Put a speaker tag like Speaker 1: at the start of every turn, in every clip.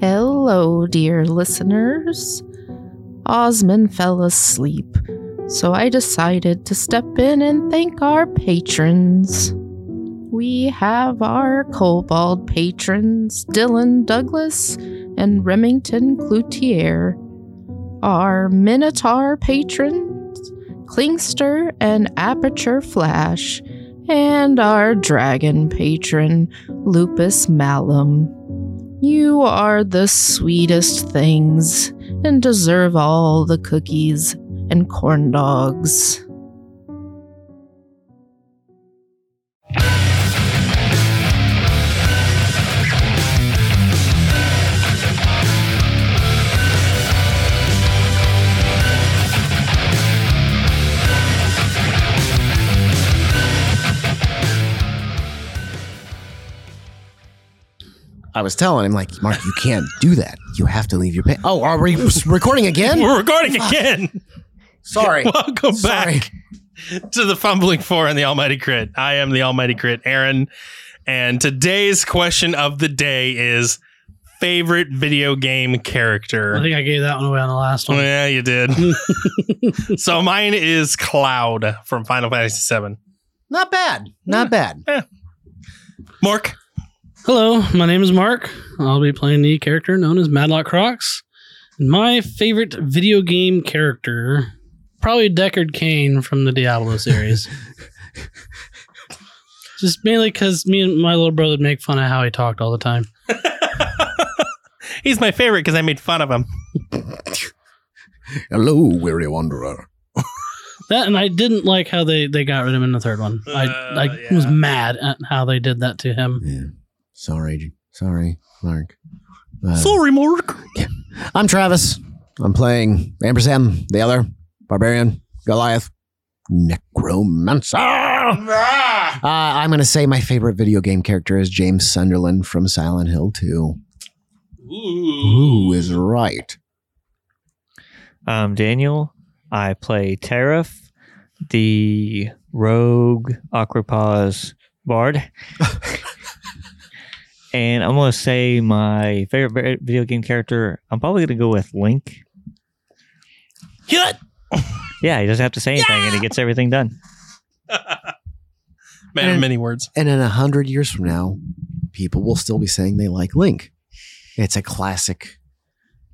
Speaker 1: Hello, dear listeners. Osman fell asleep, so I decided to step in and thank our patrons. We have our Cobalt patrons, Dylan Douglas and Remington Cloutier. Our Minotaur patrons, Klingster and Aperture Flash. And our Dragon patron, Lupus Malum. You are the sweetest things and deserve all the cookies and corn dogs.
Speaker 2: I was telling him, like, Mark, you can't do that. You have to leave your pay. Oh, are we recording again?
Speaker 3: We're recording again.
Speaker 2: Sorry.
Speaker 3: Welcome
Speaker 2: Sorry.
Speaker 3: back to the Fumbling Four and the Almighty Crit. I am the Almighty Crit, Aaron. And today's question of the day is favorite video game
Speaker 4: I
Speaker 3: character.
Speaker 4: think I gave that one away on the last one.
Speaker 3: Oh, Yeah, you did. so mine is Cloud from Final Fantasy VII.
Speaker 2: Not bad. Not bad.
Speaker 3: Mork.
Speaker 4: Hello, my name is Mark. I'll be playing the character known as Madlock Crocs. And My favorite video game character, probably Deckard Kane from the Diablo series. Just mainly because me and my little brother would make fun of how he talked all the time.
Speaker 3: He's my favorite because I made fun of him.
Speaker 2: Hello, weary wanderer.
Speaker 4: That and I didn't like how they, they got rid of him in the third one. I,
Speaker 3: Uh,
Speaker 4: I
Speaker 3: yeah.
Speaker 4: was mad at how they did that to him.
Speaker 2: Yeah. Sorry. J- Sorry, Mark. Uh,
Speaker 3: Sorry, Mork.
Speaker 2: I'm Travis. I'm playing Ampersand, the other barbarian, Goliath, necromancer. Uh, I'm going to say my favorite video game character is James Sunderland from Silent Hill 2. Who is right?
Speaker 5: I'm Um, Daniel. I play Tariff, the rogue Aquapaw's bard. and I'm going to say my favorite vi- video game character, I'm probably going to go with Link.
Speaker 3: Hit.
Speaker 5: Yeah, he doesn't have to say anything and he gets everything done.
Speaker 3: Man of many words.
Speaker 2: And in a hundred years from now, people will still be saying they like Link. It's a classic.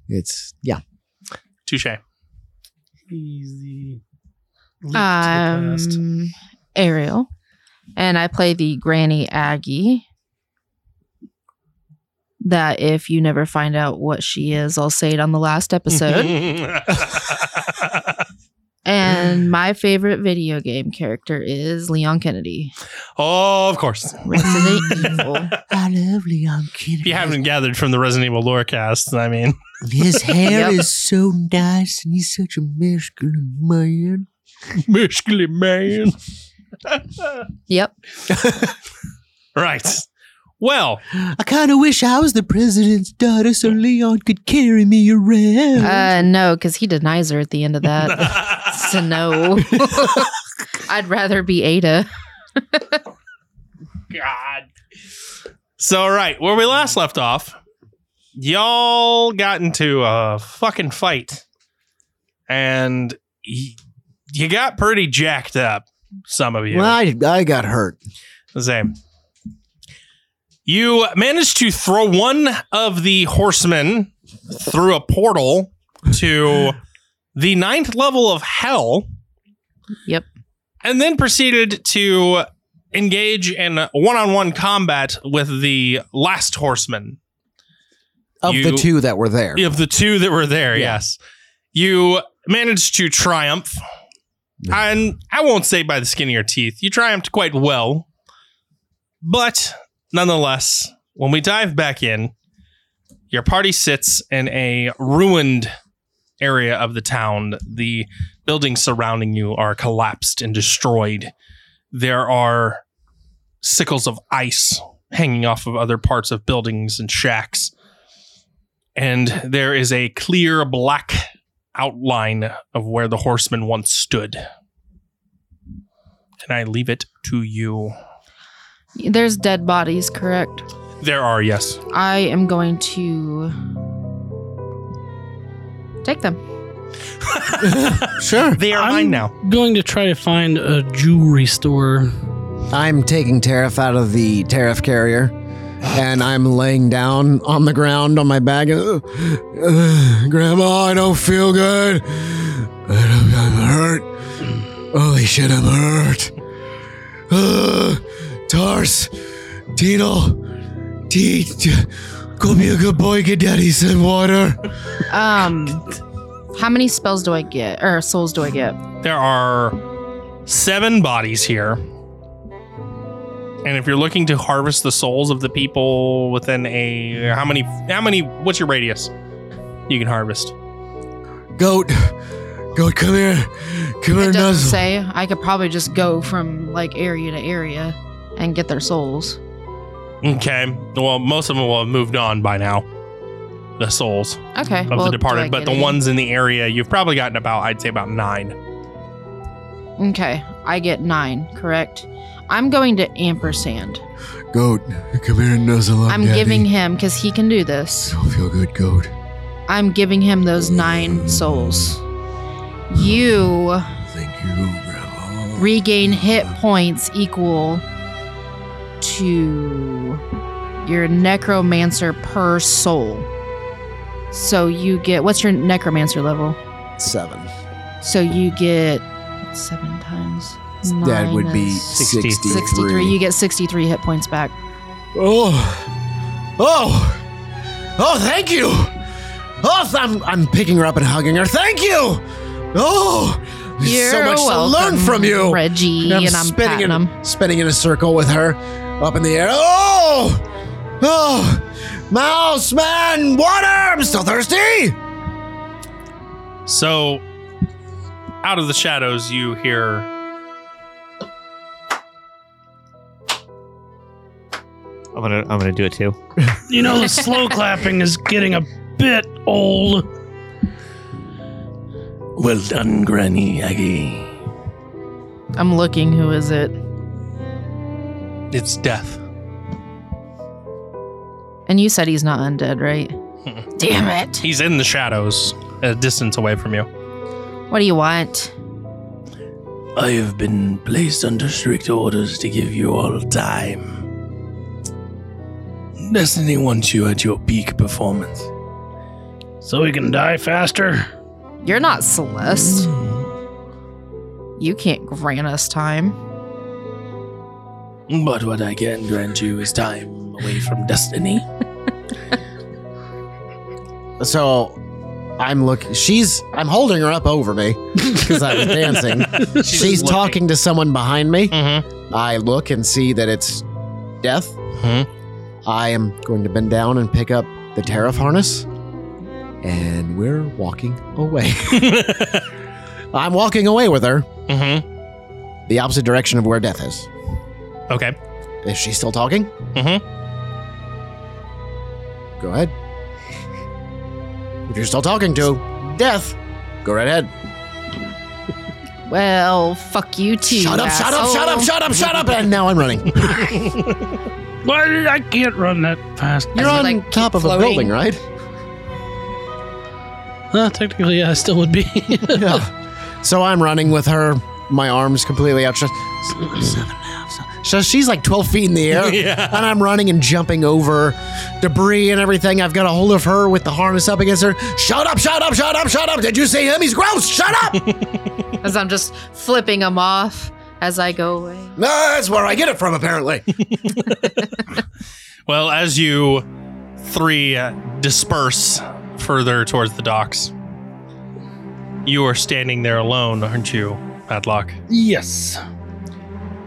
Speaker 2: It's yeah.
Speaker 3: Touche.
Speaker 4: Easy.
Speaker 1: Um, I'm Ariel, and I play the Granny Aggie. That if you never find out what she is, I'll say it on the last episode. and my favorite video game character is Leon Kennedy,
Speaker 3: oh, of course.
Speaker 1: Resident Evil.
Speaker 2: I love Leon Kennedy.
Speaker 3: If you haven't gathered from the Resident Evil lorecast, I mean,
Speaker 2: His hair
Speaker 1: Yep.
Speaker 2: is so nice, and he's such a masculine man.
Speaker 3: masculine man.
Speaker 1: Yep.
Speaker 3: Right. Well,
Speaker 2: I kind of wish I was the president's daughter, so Leon could carry me around.
Speaker 1: Uh, no, because he denies her at the end of that. so no. I'd rather be Ada.
Speaker 3: God. So, right, where we last left off, y'all got into a fucking fight and y- you got pretty jacked up, some of you.
Speaker 2: Well, I, I got hurt.
Speaker 3: Same. You managed to throw one of the horsemen through a portal to the ninth level of hell.
Speaker 1: Yep.
Speaker 3: And then proceeded to engage in one on one combat with the last horseman
Speaker 2: Of the
Speaker 3: You-
Speaker 2: two that were there,
Speaker 3: of the two that were there.
Speaker 2: Yeah.
Speaker 3: Yes. You managed to triumph. And I won't say by the skin of your teeth, you triumphed quite well. But nonetheless, when we dive back in, Your party sits in a ruined area of the town. The buildings surrounding you are collapsed and destroyed. There are sickles of ice hanging off of other parts of buildings and shacks. And there is a clear black outline of where the horseman once stood. And I leave it to you.
Speaker 1: There's dead bodies, correct?
Speaker 3: There are, yes.
Speaker 1: I am going to take them.
Speaker 2: Sure.
Speaker 3: They are
Speaker 4: I'm-
Speaker 3: mine now.
Speaker 4: Going to try to find a jewelry store.
Speaker 2: I'm taking Tariff out of the Tariff carrier and I'm laying down on the ground on my back. Uh, uh, Grandma, I don't feel good. I don't, I'm hurt. Holy shit, I'm hurt. Uh, Tars, Tino, T, t- go be a good boy, get daddy some water.
Speaker 1: Um, how many spells do I get or souls do I get?
Speaker 3: There are seven bodies here. And if you're looking to harvest the souls of the people within a how many how many what's your radius? You can harvest.
Speaker 2: Goat, goat, come here. Come here,
Speaker 1: It doesn't
Speaker 2: Nuzzle.
Speaker 1: say. I could probably just go from like area to area and get their souls.
Speaker 3: Okay. Well, most of them will have moved on by now. The souls
Speaker 1: Okay.
Speaker 3: of
Speaker 1: well, do
Speaker 3: the
Speaker 1: I
Speaker 3: departed, but
Speaker 1: get
Speaker 3: the
Speaker 1: any?
Speaker 3: ones in the area, you've probably gotten about I'd say about 9.
Speaker 1: Okay, I get nine, correct? I'm going to ampersand.
Speaker 2: Goat, come here and nuzzle up.
Speaker 1: I'm
Speaker 2: Oh, daddy.
Speaker 1: giving him because he can do this.
Speaker 2: Don't feel good, goat.
Speaker 1: I'm giving him those nine souls. You
Speaker 2: Thank you, Grandma.
Speaker 1: regain hit points equal to your necromancer per soul. So you get what's your necromancer level?
Speaker 2: Seven.
Speaker 1: So you get seven times.
Speaker 2: that would be
Speaker 1: minus
Speaker 2: 63.
Speaker 1: 63. You get 63 hit points back.
Speaker 2: oh. Oh. Oh, thank you. Oh, th- I'm, I'm picking her up and hugging her. Thank you. Oh. There's
Speaker 1: You're
Speaker 2: so much
Speaker 1: welcome,
Speaker 2: to learn from you.
Speaker 1: Reggie, and I'm,
Speaker 2: spinning
Speaker 1: patting
Speaker 2: in,
Speaker 1: him.
Speaker 2: spinning in a circle with her up in the air. Oh. Oh. Mouse, man, water. I'm still thirsty.
Speaker 3: So out of the shadows you hear
Speaker 5: I'm gonna I'm gonna do it too.
Speaker 4: You know, the slow clapping is getting a bit old.
Speaker 6: Well done, Granny Aggie.
Speaker 1: I'm looking. Who is it?
Speaker 3: it's death.
Speaker 1: And you said he's not undead, right? Damn it.
Speaker 3: He's in the shadows, a distance away from you.
Speaker 1: What do you want?
Speaker 6: I have been placed under strict orders to give you all time. Destiny wants you at your peak performance.
Speaker 4: So we can die faster.
Speaker 1: You're not Celeste.
Speaker 6: Hmm.
Speaker 1: You can't grant us time.
Speaker 6: But what I can grant you is time away from destiny.
Speaker 2: So I'm looking. She's. I'm holding her up over me because I was dancing. She's,
Speaker 3: looking.
Speaker 2: talking to someone behind me.
Speaker 3: Mm-hmm.
Speaker 2: I look and see that it's death.
Speaker 3: Mhm.
Speaker 2: I am going to bend down and pick up the tariff harness, and we're walking away. I'm walking away with her
Speaker 3: Mm-hmm.
Speaker 2: the opposite direction of where death is.
Speaker 3: Okay.
Speaker 2: Is she still talking?
Speaker 3: Mm-hmm.
Speaker 2: Go ahead. If you're still talking to death, go right ahead.
Speaker 1: Well, fuck you too.
Speaker 2: shut up! Shut up! Shut up!
Speaker 1: asshole.
Speaker 2: Shut up! Shut up! And now I'm running.
Speaker 4: Why I can't run that fast.
Speaker 2: You're
Speaker 1: As we,
Speaker 2: on
Speaker 1: like,
Speaker 2: top of a
Speaker 1: floating.
Speaker 2: building, right?
Speaker 4: Uh, technically, yeah, I still would be.
Speaker 2: yeah. So I'm running with her, my arms completely outstretched. Seven and a half. So she's like 12 feet in the air.
Speaker 3: Yeah.
Speaker 2: And I'm running and jumping over debris and everything. I've got a hold of her with the harness up against her. Shut up, shut up, shut up, shut up. Did you see him? He's gross. Shut up.
Speaker 1: As I'm just flipping him off as I go away.
Speaker 2: no, that's where I get it from, apparently.
Speaker 3: Well, as you three uh, disperse further towards the docks, you are standing there alone, aren't you, Padlock?
Speaker 4: yes.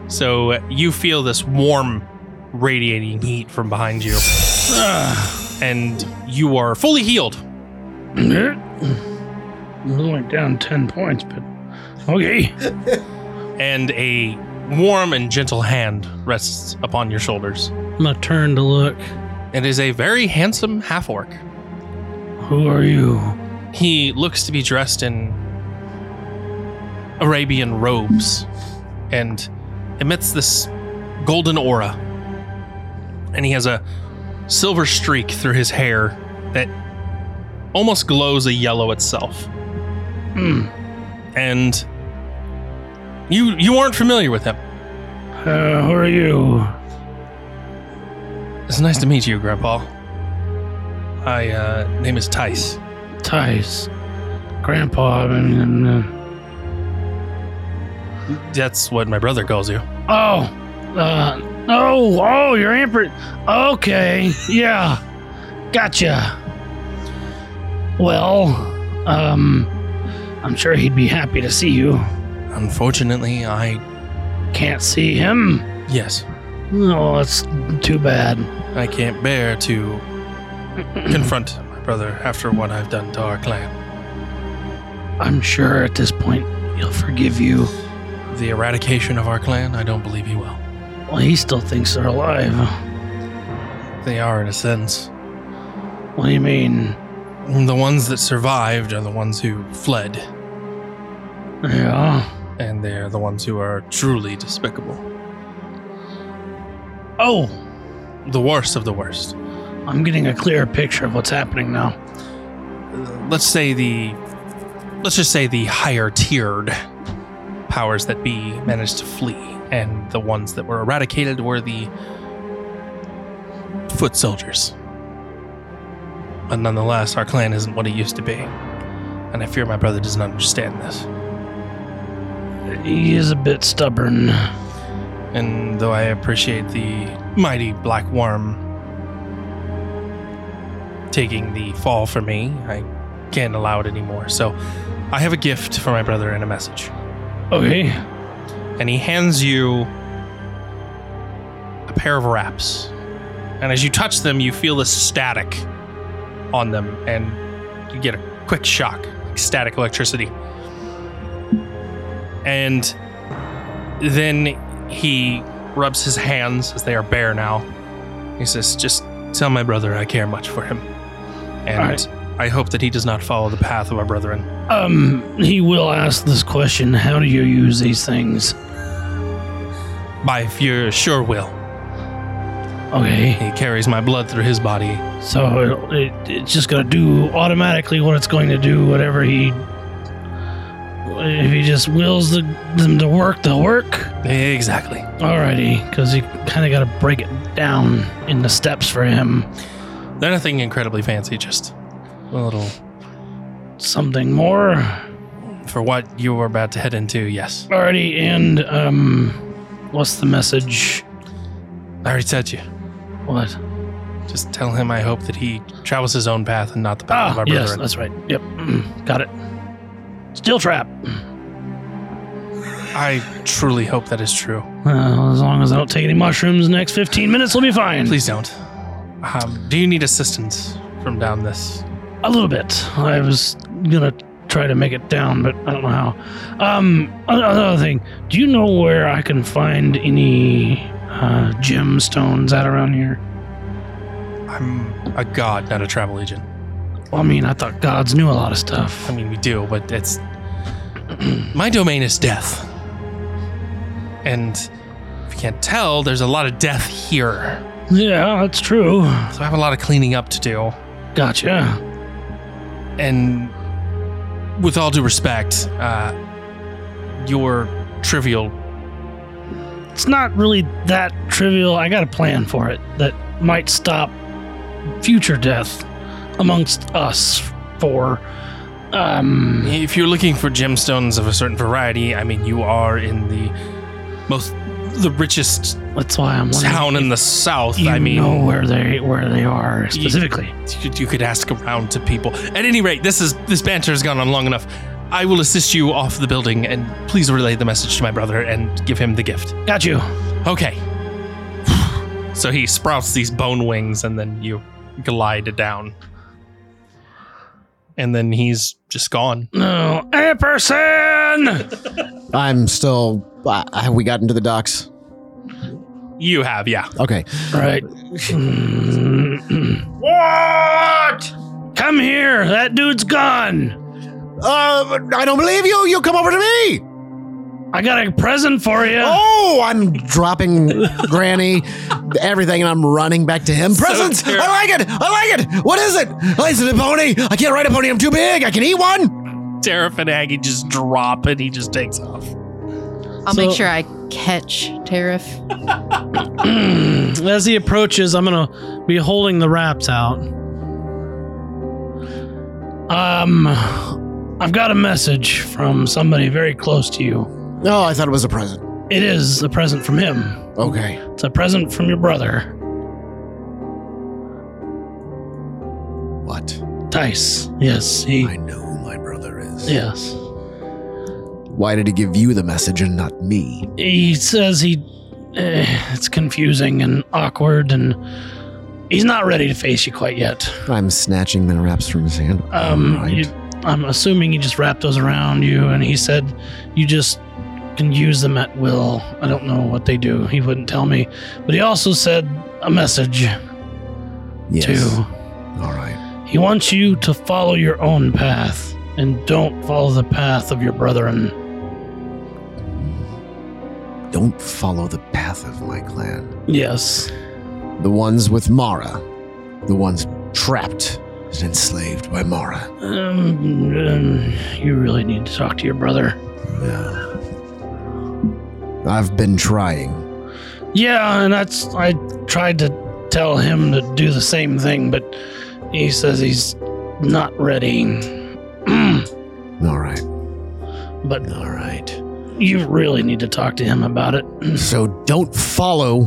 Speaker 3: So uh, you feel this warm, radiating heat from behind you. and you are fully healed.
Speaker 4: I'm only down 10 points, but okay.
Speaker 3: and a warm and gentle hand rests upon your shoulders.
Speaker 4: I'm going to turn to look.
Speaker 3: It is a very handsome half orc.
Speaker 4: Who are you?
Speaker 3: He looks to be dressed in Arabian robes and emits this golden aura. And he has a silver streak through his hair that almost glows a yellow itself.
Speaker 4: Hmm.
Speaker 3: And you you aren't familiar with him.
Speaker 4: Uh, who are you?
Speaker 3: It's nice to meet you, Grandpa. I uh name is Tice.
Speaker 4: Tice. Grandpa. I mean, uh,
Speaker 3: That's what my brother calls you.
Speaker 4: oh. Uh, oh, oh, your emperor. Okay. Yeah. Gotcha. Well, um, I'm sure he'd be happy to see you.
Speaker 3: Unfortunately, I
Speaker 4: Can't see him.
Speaker 3: yes,
Speaker 4: Oh, that's too bad.
Speaker 3: I can't bear to confront my brother after what I've done to our clan.
Speaker 4: I'm sure at this point he'll forgive you.
Speaker 3: The eradication of our clan, I don't believe he will.
Speaker 4: Well, he still thinks they're alive.
Speaker 3: They are in a sense.
Speaker 4: What do you mean?
Speaker 3: The ones that survived are the ones who fled,
Speaker 4: Yeah.
Speaker 3: and they're the ones who are truly despicable.
Speaker 4: Oh,
Speaker 3: The worst of the worst.
Speaker 4: I'm getting a clearer picture of what's happening now.
Speaker 3: let's say the let's just say the higher tiered powers that be managed to flee and the ones that were eradicated were the foot soldiers but nonetheless our clan isn't what it used to be and i fear my brother doesn't understand this
Speaker 4: He is a bit stubborn.
Speaker 3: and though i appreciate the mighty black worm taking the fall for me i can't allow it anymore so i have a gift for my brother and a message
Speaker 4: Okay.
Speaker 3: and he hands you a pair of wraps. And as you touch them, you feel the static on them, and you get a quick shock, like static electricity. And then he rubs his hands as they are bare now. He says, Just tell my brother I care much for him. And
Speaker 4: All right.
Speaker 3: I hope that he does not follow the path of our brethren.
Speaker 4: Um, he will ask this question How do you use these things?
Speaker 3: By fear, sure will.
Speaker 4: Okay.
Speaker 3: He carries my blood through his body,
Speaker 4: So it'll- it, it's just going to do automatically what it's going to do, whatever he. If he just wills the, them to work, they'll work.
Speaker 3: Exactly.
Speaker 4: Alrighty, because you kind of got to break it down into steps for him.
Speaker 3: They're nothing incredibly fancy, just a little.
Speaker 4: Something more.
Speaker 3: For what you were about to head into, yes.
Speaker 4: Alrighty, and, um, what's the message?
Speaker 3: I already said you.
Speaker 4: What?
Speaker 3: Just tell him I hope that he travels his own path and not the path of
Speaker 4: Ah,
Speaker 3: our
Speaker 4: yes,
Speaker 3: brethren.
Speaker 4: that's right. Yep, mm, got it. Steel trap.
Speaker 3: I truly hope that is true.
Speaker 4: Well, as long as I don't take any mushrooms, the next 15 minutes will be fine.
Speaker 3: Please don't. Um, do you need assistance from down this?
Speaker 4: A little bit. I was gonna try to make it down, but I don't know how. Um, an- another thing. Do you know where I can find any uh, gemstones out around here?
Speaker 3: I'm a god, not a travel agent.
Speaker 4: Well, I mean, I thought gods knew a lot of
Speaker 3: I
Speaker 4: stuff.
Speaker 3: mean, we do, but it's. My domain is death. And if you can't tell, there's a lot of death here.
Speaker 4: Yeah, that's true.
Speaker 3: So I have a lot of cleaning up to do.
Speaker 4: Gotcha.
Speaker 3: and with all due respect, uh, your trivial.
Speaker 4: It's not really that trivial. I got a plan for it that might stop future death amongst us for um
Speaker 3: If you're looking for gemstones of a certain variety, I mean, you are in the most, the richest
Speaker 4: that's why I'm wondering
Speaker 3: town
Speaker 4: if
Speaker 3: in the south.
Speaker 4: you
Speaker 3: I mean,
Speaker 4: know where they where they are specifically.
Speaker 3: you, you could ask around to people. At any rate, this is this banter has gone on long enough. I will assist you off the building, and please relay the message to my brother and give him the gift.
Speaker 4: Got you.
Speaker 3: Okay. So he sprouts these bone wings, and then you glide down. And then he's just gone.
Speaker 4: No, Ampersand!
Speaker 2: I'm still. Uh, have we gotten to the docks?
Speaker 3: You have, yeah.
Speaker 2: Okay.
Speaker 4: right. what? Come here. That dude's gone.
Speaker 2: Uh, I don't believe you. You come over to me.
Speaker 4: I got a present for you.
Speaker 2: Oh, I'm dropping Granny, everything, and I'm running back to him. Presents. I
Speaker 3: terrible.
Speaker 2: like it. I like it. What is it? Oh, Is it a pony? I can't ride a pony. I'm too big. I can eat one.
Speaker 3: Seraph and Aggie just drop and he just takes off.
Speaker 1: I'll
Speaker 4: So-
Speaker 1: make sure I catch Tariff.
Speaker 4: As he approaches, I'm gonna be holding the wraps out. Um, I've got a message from somebody very close to you.
Speaker 2: Oh, I thought it was a present.
Speaker 4: It is a present from him.
Speaker 2: Okay.
Speaker 4: It's a present from your brother,
Speaker 2: What?
Speaker 4: Dice. Yes, he.
Speaker 2: I know who my brother is.
Speaker 4: Yes,
Speaker 2: Why did he give you the message and not me?
Speaker 4: he says he. eh, it's confusing and awkward, and he's not ready to face you quite yet.
Speaker 2: I'm snatching the wraps from his hand.
Speaker 4: Um,
Speaker 2: Right.
Speaker 4: you, I'm assuming you just wrapped those around you, and he said you just can use them at will. I don't know what they do. He wouldn't tell me, but he also said a message
Speaker 2: yes.
Speaker 4: too.
Speaker 2: All right.
Speaker 4: He wants you to follow your own path and don't follow the path of your brethren.
Speaker 2: Don't follow the path of my clan.
Speaker 4: Yes.
Speaker 2: The ones with Mara. The ones trapped and enslaved by Mara.
Speaker 4: Um, um, you really need to talk to your brother.
Speaker 2: Yeah. I've been trying.
Speaker 4: Yeah, and that's I tried to tell him to do the same thing, but he says he's not ready.
Speaker 2: All right.
Speaker 4: But
Speaker 2: All right.
Speaker 4: You really need to talk to him about it.
Speaker 2: So don't follow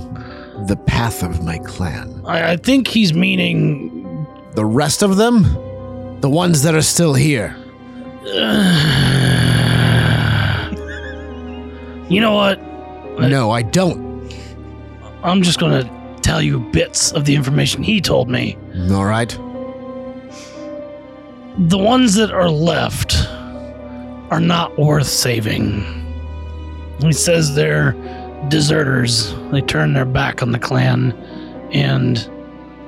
Speaker 2: the path of my clan.
Speaker 4: I, I think he's meaning.
Speaker 2: The rest of them, the ones that are still here.
Speaker 4: you know what?
Speaker 2: No, I don't.
Speaker 4: I'm just gonna tell you bits of the information he told me.
Speaker 2: All right.
Speaker 4: The ones that are left are not worth saving. He says they're deserters. They turned their back on the clan and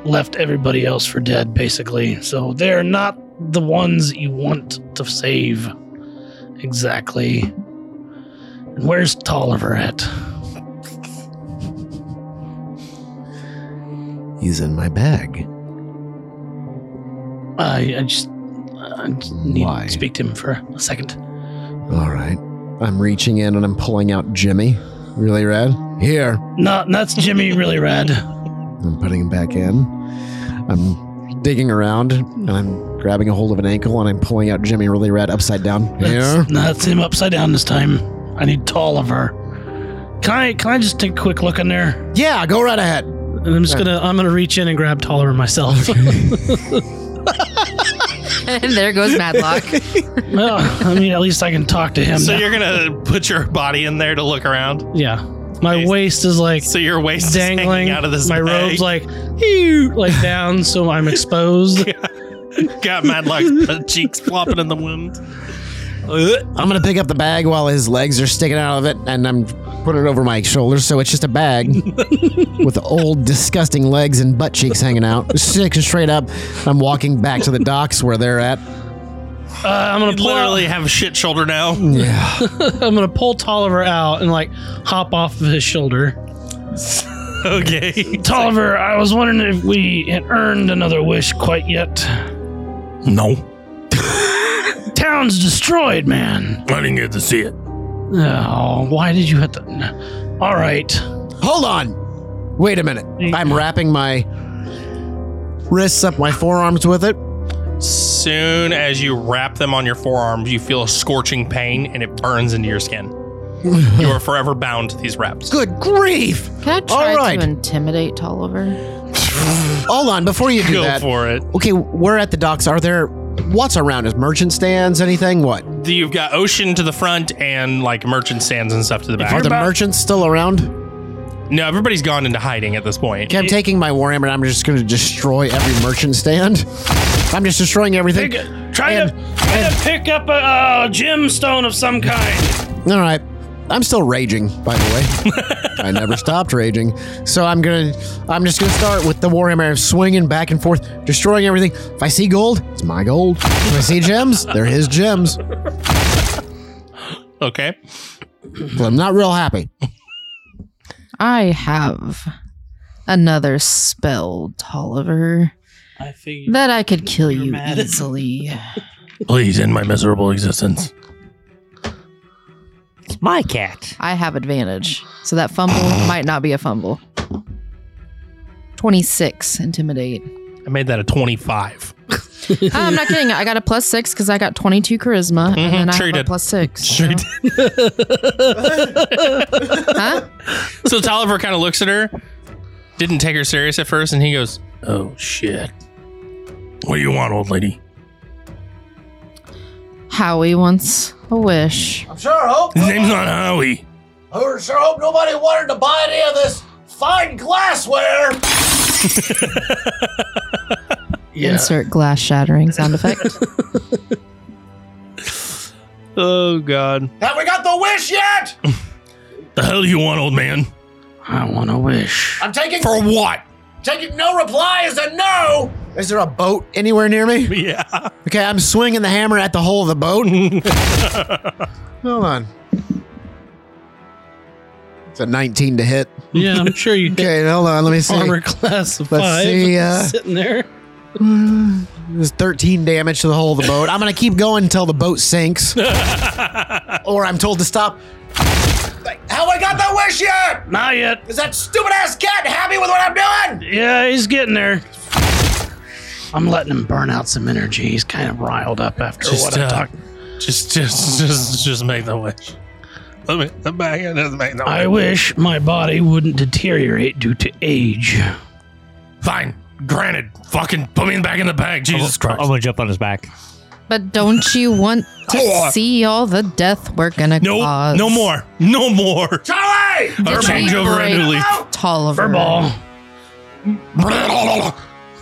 Speaker 4: left everybody else for dead, basically. So they're not the ones you want to save. Exactly. And where's Tolliver at?
Speaker 2: He's in my bag.
Speaker 4: I, I just. I just need
Speaker 2: Why?
Speaker 4: to speak to him for a second.
Speaker 2: All right. I'm reaching in and I'm pulling out Jimmy. Really red? Here.
Speaker 4: No, that's Jimmy, really rad.
Speaker 2: I'm putting him back in. I'm digging around and I'm grabbing a hold of an ankle and I'm pulling out Jimmy really red upside down. Here.
Speaker 4: That's, that's him upside down this time. I need Tolliver. Can I can I just take a quick look in there?
Speaker 2: Yeah, go right ahead.
Speaker 4: And I'm just gonna I'm gonna reach in and grab Tolliver myself.
Speaker 1: and there goes Madlock.
Speaker 4: well, I mean at least I can talk to him.
Speaker 3: So
Speaker 4: now.
Speaker 3: you're gonna put your body in there to look around.
Speaker 4: yeah. My waist is like
Speaker 3: So your waist is hanging
Speaker 4: dangling.
Speaker 3: out of this.
Speaker 4: my
Speaker 3: bag.
Speaker 4: robe's like ew, like down, so I'm exposed.
Speaker 3: got Madlock's cheeks flopping in the wind.
Speaker 2: I'm gonna pick up the bag while his legs are sticking out of it, and I'm putting it over my shoulders, so it's just a bag with old, disgusting legs and butt cheeks hanging out, sticking straight up. I'm walking back to the docks where they're at.
Speaker 4: Uh, I'm gonna
Speaker 3: You
Speaker 4: pull
Speaker 3: literally have shit shoulder now.
Speaker 2: Yeah,
Speaker 4: out- I'm gonna pull Tolliver out and like hop off of his shoulder.
Speaker 3: Okay.
Speaker 4: Tolliver, I was wondering if we had earned another wish quite yet.
Speaker 6: No,
Speaker 4: Town's destroyed, man.
Speaker 6: I didn't get to see it.
Speaker 4: Oh, why did you hit the? no. All right.
Speaker 2: hold on. Wait a minute. I'm wrapping my wrists up, my forearms with it.
Speaker 3: Soon as you wrap them on your forearms, you feel a scorching pain and it burns into your skin. You are forever bound to these wraps.
Speaker 2: Good grief!
Speaker 1: Can I try
Speaker 2: All right.
Speaker 1: to intimidate Tolliver?
Speaker 2: Hold on, before you do
Speaker 3: Go
Speaker 2: that.
Speaker 3: for it.
Speaker 2: Okay, we're at the docks. Are there what's around? Is merchant stands? Anything? What?
Speaker 3: The- You've got ocean to the front and like merchant stands and stuff to the
Speaker 2: Are
Speaker 3: back.
Speaker 2: the merchants still around?
Speaker 3: No, everybody's gone into hiding at this point.
Speaker 2: Okay, I'm taking my warhammer and I'm just going to destroy every merchant stand. I'm just destroying everything.
Speaker 4: Try to try to pick up a, uh gemstone of some kind.
Speaker 2: All right. I'm still raging, by the way. I never stopped raging. So I'm gonna I'm just gonna start with the Warhammer swinging back and forth, destroying everything. If I see gold, it's my gold. If I see gems, they're his gems.
Speaker 3: Okay.
Speaker 2: But I'm not real happy.
Speaker 1: I have another spell, Tolliver,
Speaker 4: I figured.
Speaker 1: that I could kill
Speaker 4: You're
Speaker 1: you
Speaker 4: mad.
Speaker 1: easily.
Speaker 6: Please end my miserable existence.
Speaker 5: It's my cat.
Speaker 1: I have advantage, so that fumble might not be a fumble. 26 intimidate.
Speaker 3: I made that a 25.
Speaker 1: I'm not kidding. I got a plus six because I got 22 charisma,
Speaker 3: Mhm,
Speaker 1: and then I
Speaker 3: sure
Speaker 1: have
Speaker 3: you
Speaker 1: a
Speaker 3: did.
Speaker 1: plus six.
Speaker 3: Sure
Speaker 1: so- huh?
Speaker 3: So Tolliver kind of looks at her, didn't take her serious at first, and he goes,
Speaker 6: Oh, shit. What do you want, old lady?
Speaker 1: Howie wants a wish.
Speaker 7: I'm sure hope.
Speaker 6: His name's not Howie.
Speaker 7: I sure hope nobody wanted to buy any of this fine glassware.
Speaker 1: Insert glass shattering sound effect.
Speaker 3: "Oh God."
Speaker 7: Have we got the wish yet?
Speaker 6: The hell you want, old man?
Speaker 4: I want to wish.
Speaker 7: I'm taking
Speaker 3: For what?
Speaker 7: taking no reply is a no.
Speaker 2: Is there a boat anywhere near me?
Speaker 3: Yeah.
Speaker 2: Okay, I'm swinging the hammer at the hole of the boat. Hold on. It's a 19 to hit.
Speaker 4: Yeah, I'm sure you hit
Speaker 2: Okay, hold on. Let me see.
Speaker 4: armor class of
Speaker 2: Let's
Speaker 4: five.
Speaker 2: see, uh,
Speaker 4: sitting there.
Speaker 2: It was 13 damage to the whole of the boat. I'm going to keep going until the boat sinks. or I'm told to stop.
Speaker 7: Have we got the wish yet?
Speaker 4: Not yet.
Speaker 7: Is that stupid ass cat happy with what I'm doing?
Speaker 4: Yeah, he's getting there. I'm letting him burn out some energy. He's kind of riled up after
Speaker 3: Just,
Speaker 4: what I
Speaker 3: uh,
Speaker 4: talked.
Speaker 3: Just, just, just, just make the wish. Let me, let me just make the
Speaker 4: I
Speaker 3: wish.
Speaker 4: wish my body wouldn't deteriorate due to age.
Speaker 3: Fine. Granted. Fucking put me back in the bag. Jesus
Speaker 5: I'm
Speaker 3: Christ.
Speaker 5: gonna jump on his back.
Speaker 1: but don't you want to see all the death we're gonna
Speaker 3: No,
Speaker 1: cause?
Speaker 3: no more. No more.
Speaker 7: Charlie!
Speaker 3: Our
Speaker 1: Give me
Speaker 3: change
Speaker 1: Uh, a
Speaker 3: over a new
Speaker 1: break.
Speaker 3: leaf.
Speaker 1: Tolliver.
Speaker 4: Furball.
Speaker 3: Why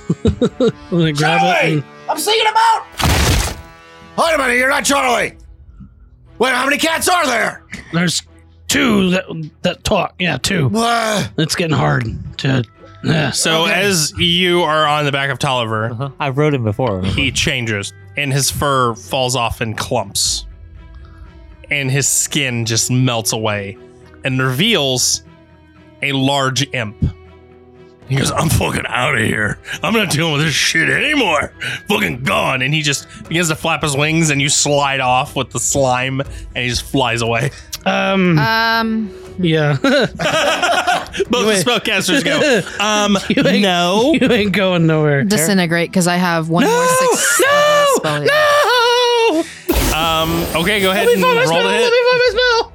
Speaker 4: I'm gonna grab it.
Speaker 7: Charlie!
Speaker 4: And,
Speaker 7: I'm seeking him out!
Speaker 2: Wait a minute, you're not Charlie.
Speaker 7: Wait, how many cats are there?
Speaker 4: there's two that that talk. Yeah, two.
Speaker 2: What?
Speaker 4: It's getting hard to. Yeah.
Speaker 3: So as you are on the back of Tolliver,
Speaker 5: Uh-huh. I rode him before.
Speaker 3: he changes and his fur falls off in clumps and his skin just melts away and reveals a large imp
Speaker 6: He goes, I'm fucking out of here. I'm not dealing with this shit anymore.
Speaker 3: fucking gone and he just begins to flap his wings and you slide off with the slime and he just flies away
Speaker 4: um.
Speaker 1: Um,
Speaker 4: yeah.
Speaker 3: both the spellcasters go um
Speaker 4: You ain't-
Speaker 3: no
Speaker 4: you ain't going nowhere.
Speaker 1: disintegrate because I have one more six. uh, spell yet.
Speaker 3: um okay go ahead and roll the hit